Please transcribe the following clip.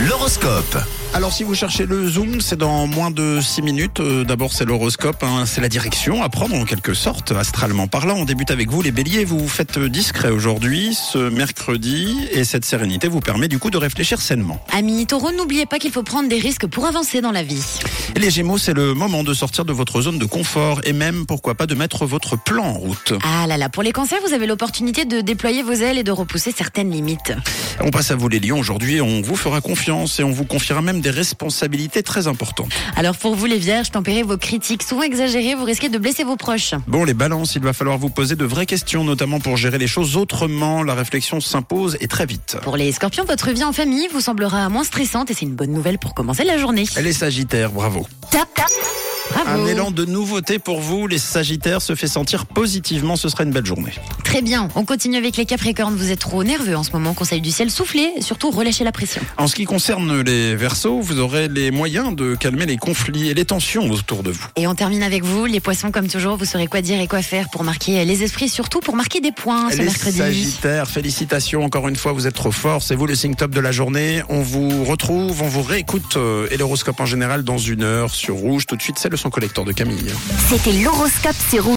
L'horoscope. Alors si vous cherchez le zoom, c'est dans moins de 6 minutes. Euh, D'abord c'est l'horoscope, hein, c'est la direction à prendre en quelque sorte, astralement parlant. On débute avec vous les béliers, vous vous faites discret aujourd'hui, ce mercredi, et cette sérénité vous permet du coup de réfléchir sainement. Amis taureaux, n'oubliez pas qu'il faut prendre des risques pour avancer dans la vie. Les gémeaux, c'est le moment de sortir de votre zone de confort et même, pourquoi pas, de mettre votre plan en route. Ah là là, pour les cancers, vous avez l'opportunité de déployer vos ailes et de repousser certaines limites. On passe à vous les lions aujourd'hui, on vous fera confiance et on vous confiera même des responsabilités très importantes. Alors pour vous les vierges, tempérez vos critiques souvent exagérées, vous risquez de blesser vos proches. Bon, les balances, il va falloir vous poser de vraies questions, notamment pour gérer les choses autrement. La réflexion s'impose et très vite. Pour les scorpions, votre vie en famille vous semblera moins stressante et c'est une bonne nouvelle pour commencer la journée. Les sagittaires, bravo. Tap, tap. Un Bravo. élan de nouveauté pour vous, les sagittaires se fait sentir positivement, ce sera une belle journée. Très bien, on continue avec les capricornes, vous êtes trop nerveux en ce moment, conseil du ciel, soufflez, et surtout relâchez la pression. En ce qui concerne les versos, vous aurez les moyens de calmer les conflits et les tensions autour de vous. Et on termine avec vous, les poissons comme toujours, vous saurez quoi dire et quoi faire pour marquer les esprits, surtout pour marquer des points ce les Oh, mercredi. sagittaires, félicitations encore une fois, vous êtes trop forts, c'est vous le signe top de la journée. On vous retrouve, on vous réécoute euh, et l'horoscope en général dans une heure sur Rouge. Tout de suite, c'est le son collecteur de Camille. C'était l'horoscope sur Rouge.